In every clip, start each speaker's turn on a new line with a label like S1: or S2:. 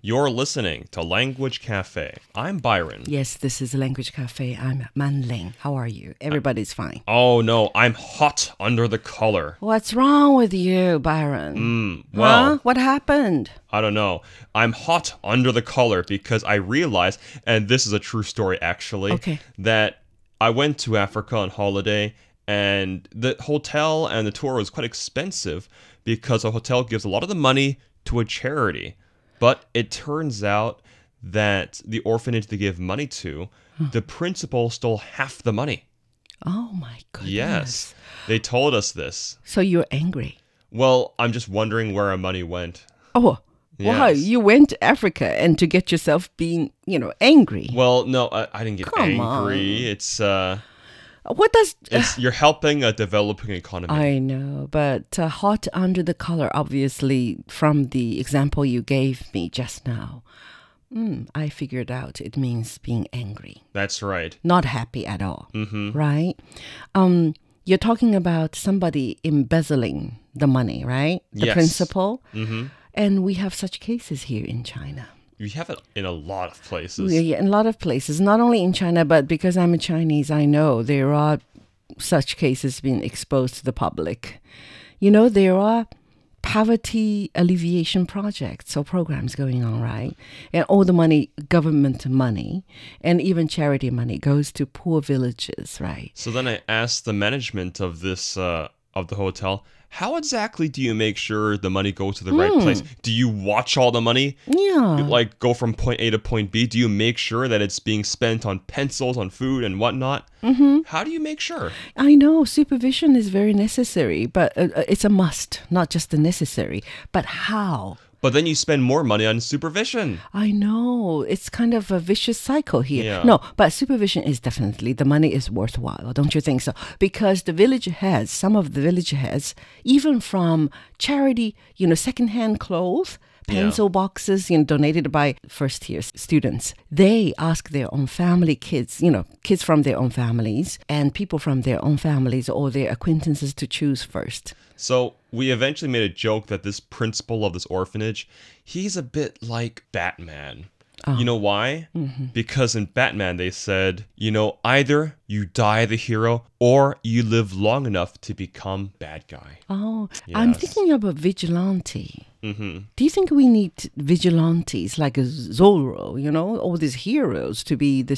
S1: You're listening to Language Cafe. I'm Byron.
S2: Yes, this is Language Cafe. I'm Manling. How are you?
S1: Uh,
S2: Everybody's fine.
S1: Oh no, I'm hot under the collar.
S2: What's wrong with you, Byron?
S1: Hmm, well,
S2: Huh? What happened?
S1: I don't know. I'm hot under the collar because I realized, and this is a true story actually,
S2: Okay.
S1: that I went to Africa on holiday and the hotel and the tour was quite expensive because a hotel gives a lot of the money to a charity. But it turns out that the orphanage they give money to,
S2: Hmm.
S1: the principal stole half the money.
S2: Oh my goodness.
S1: Yes. They told us this.
S2: So you're angry?
S1: Well, I'm just wondering where our money went.
S2: Oh, wow.
S1: Yes.
S2: You went to Africa and to get yourself being, you know, angry.
S1: Well, no, I, I didn't get
S2: Come
S1: angry. It's uh
S2: What does.
S1: it's you're helping a developing economy.
S2: I know, but uh, hot under the collar, obviously, from the example you gave me just now. Hmm, I figured out it means being angry.
S1: That's right.
S2: not happy at all, right? Um, you're talking about somebody embezzling the money, right? The
S1: Yes.
S2: principal. And we have such cases here in China.
S1: You have it in a lot of places.
S2: We- in a lot of places, not only in China, but because I'm a Chinese, I know there are such cases being exposed to the public. You know, there are poverty alleviation projects or programs going on, right? And all the money, government money, and even charity money goes to poor villages, right?
S1: So then I asked the management of this uh of the hotel, how exactly do you make sure the money goes to the right place? Do you watch all the money?
S2: Hmm. Yeah.
S1: Like go from point A to point B? Do you make sure that it's being spent on pencils, on food, and whatnot? Mm-hmm. How do you make sure?
S2: I know supervision is very necessary, but uh, uh, it's a must, not just a necessary. But how?
S1: But then you spend more money on supervision.
S2: I know it's kind of a vicious cycle here.
S1: Yeah.
S2: No, but supervision is definitely the money is worthwhile, don't you think so? Because the village heads, some of the village heads, even from charity, you know, secondhand clothes, pencil boxes, you know, donated by first year s- students, they ask their own family kids, you know, kids from their own families and people from their own families or their acquaintances to choose first.
S1: So we eventually made a joke that this principal of this orphanage, he's a bit like Batman. You know why? Because in Batman they said, you know, either you die the hero or you live long enough to become bad guy.
S2: Oh, I'm
S1: Yes. Mm-hmm.
S2: thinking about vigilante. Do you think we need vigilantes like a Zorro, you know, all these heroes to be the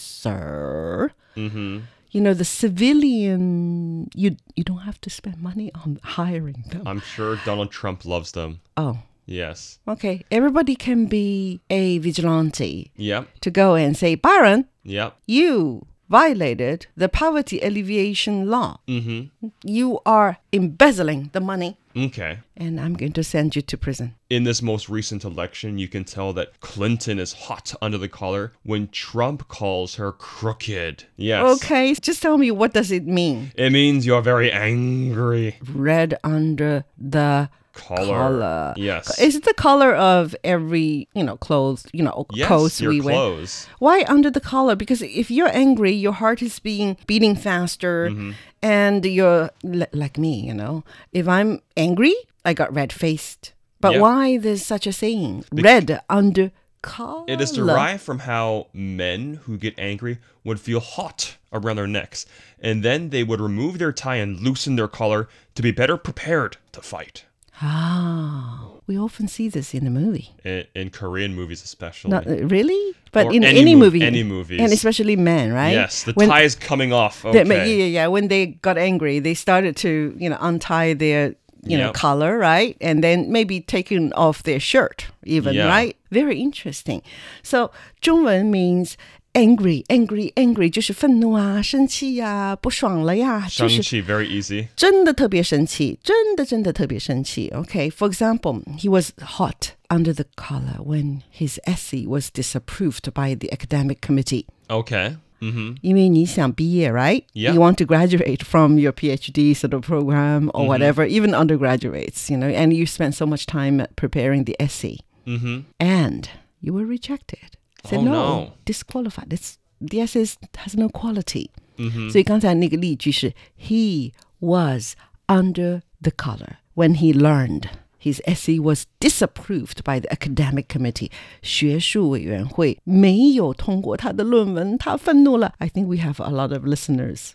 S2: supervisor? Mm-hmm. You know, the civilian, you you don't have to spend money on hiring them.
S1: I'm sure Donald Trump loves them.
S2: oh,
S1: Yes.
S2: okay. Everybody can be a vigilante
S1: Yep.
S2: to go and say, Byron,
S1: Yep.
S2: you violated the poverty alleviation law.
S1: Mm-hmm.
S2: You are embezzling the money,
S1: Okay.
S2: and I'm going to send you to prison.
S1: in this most recent election, you can tell that Clinton is hot under the collar when Trump calls her crooked. Yes.
S2: Okay, just tell me what does it mean?
S1: It means you're very angry.
S2: red under the
S1: Collar.
S2: Collar.
S1: Yes.
S2: is it the color of every you know clothes you know
S1: yes,
S2: coats
S1: your
S2: we wear
S1: clothes.
S2: why under the collar because if you're angry your heart is being beating faster
S1: Mm-hmm.
S2: and you're li- like me you know if i'm angry i got red faced but
S1: Yeah.
S2: why there's such a saying red under collar
S1: It is derived from how men who get angry would feel hot around their necks, and then they would remove their tie and loosen their collar to be better prepared to fight.
S2: ah we often see this in a movie
S1: In, in Korean movies, especially.
S2: not uh, really but
S1: Or
S2: in
S1: any
S2: any,
S1: mov-
S2: movie
S1: any movies.
S2: and especially men right
S1: yes, the
S2: When-
S1: tie is coming off.
S2: They-
S1: Okay.
S2: but yeah, yeah, yeah. When they got angry, they started to, you know, untie their, you know,
S1: Yep.
S2: collar, right? And then maybe taking off their shirt, even,
S1: Yeah.
S2: right? Very interesting. So, 中文 means angry, angry, angry, 就是愤怒啊、生气呀、不爽了呀，就是
S1: Shang-Chi, very easy.
S2: 真的特别生气，真的真的特别生气。Okay, for example, he was hot under the collar when his essay was disapproved by the academic committee.
S1: Okay. Mm-hmm.
S2: 因为你想毕业, right?
S1: Yeah.
S2: You want to graduate from your PhD sort of program or whatever, even undergraduates, you know, and you spent so much time preparing the essay.
S1: Mm-hmm.
S2: And you were rejected. Said
S1: Oh,
S2: no,
S1: no.
S2: disqualified. It's, the essay is- has no quality.
S1: Mm-hmm.
S2: So 所以刚才那个例句是 He was under the collar when he learned His essay was disapproved by the academic committee. 学术委员会没有通过他的论文，他愤怒了。I think we have a lot of listeners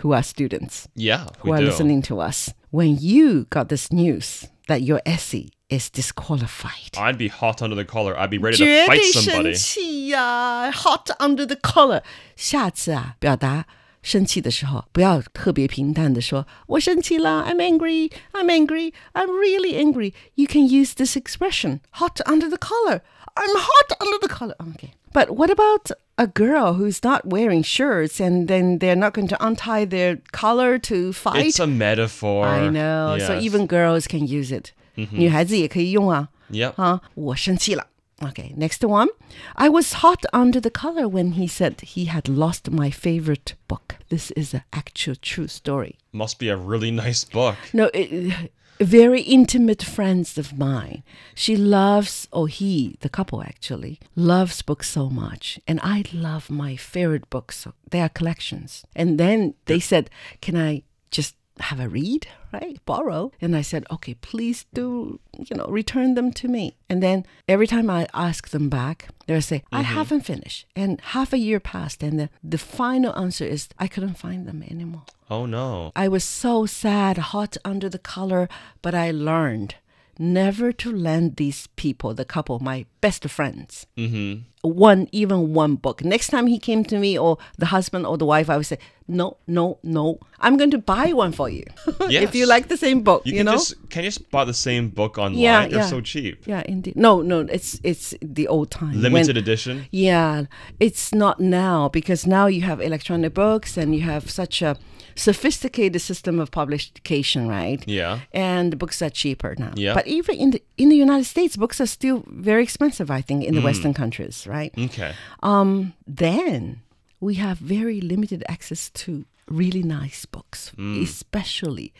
S2: who are students
S1: Yeah,
S2: who
S1: we
S2: are
S1: do.
S2: listening to us. When you got this news that your essay is disqualified,
S1: I'd be hot under the collar. I'd be ready to
S2: 绝
S1: fight
S2: 对生
S1: somebody.
S2: 气呀、h o t under the collar。下次啊，表达生气的时候，不要特别平淡的说“我生气了 ”，I'm angry, I'm angry, I'm really angry。You can use this expression “hot under the collar”。I'm hot under the collar. Oh, Okay. But what about a girl who's not wearing shirts and then they're not going to untie their collar to fight?
S1: It's a metaphor.
S2: I know.
S1: Yes.
S2: So
S1: Mm-hmm.
S2: even girls can use it. 女孩子也可以用啊。
S1: Yep.
S2: 啊，我生气了。Okay, next one. I was hot under the collar when he said he had lost my favorite book. This is an actual true story.
S1: Must be a really nice book.
S2: No, it, very intimate friends of mine. She loves, or he, the couple actually, loves books so much. And I love my favorite books. So they are collections. And then they said, Can I just have a read, right? Borrow. And I said, Okay, please do, you know, return them to me. And then every time I ask them back, they'll say, I haven't finished. And half a year passed. And the, the final answer is, I couldn't find them anymore.
S1: Oh no.
S2: I was so sad, hot under the collar, but I learned never to lend these people, the couple, my best friends,
S1: Mm-hmm.
S2: one, even one book. Next time he came to me, or the husband or the wife, I would say, No, no, no, I'm going to buy one for you. if you
S1: Yes.
S2: like the same book,
S1: You,
S2: you,
S1: can
S2: know?
S1: just can you just buy the same book online?
S2: Yeah,
S1: They're
S2: yeah.
S1: so cheap.
S2: Yeah, indeed. No, no, it's it's the old time. when-
S1: Limited edition.
S2: yeah, it's not now because now you have electronic books and you have such a sophisticated system of publication, right?
S1: Yeah.
S2: And books are cheaper now.
S1: Yeah.
S2: But even in the in the United States, books are still very expensive. I think in the Western countries, right?
S1: Okay.
S2: Um, then we have very limited access to really nice books, especially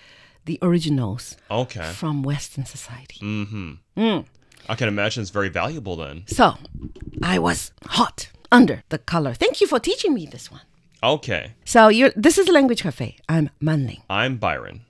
S2: the originals
S1: Okay.
S2: from Western society.
S1: I can imagine it's very valuable then.
S2: So I was hot under the color. Thank you for teaching me this one.
S1: Okay.
S2: So you're, this is Language Cafe. I'm Manling.
S1: I'm Byron.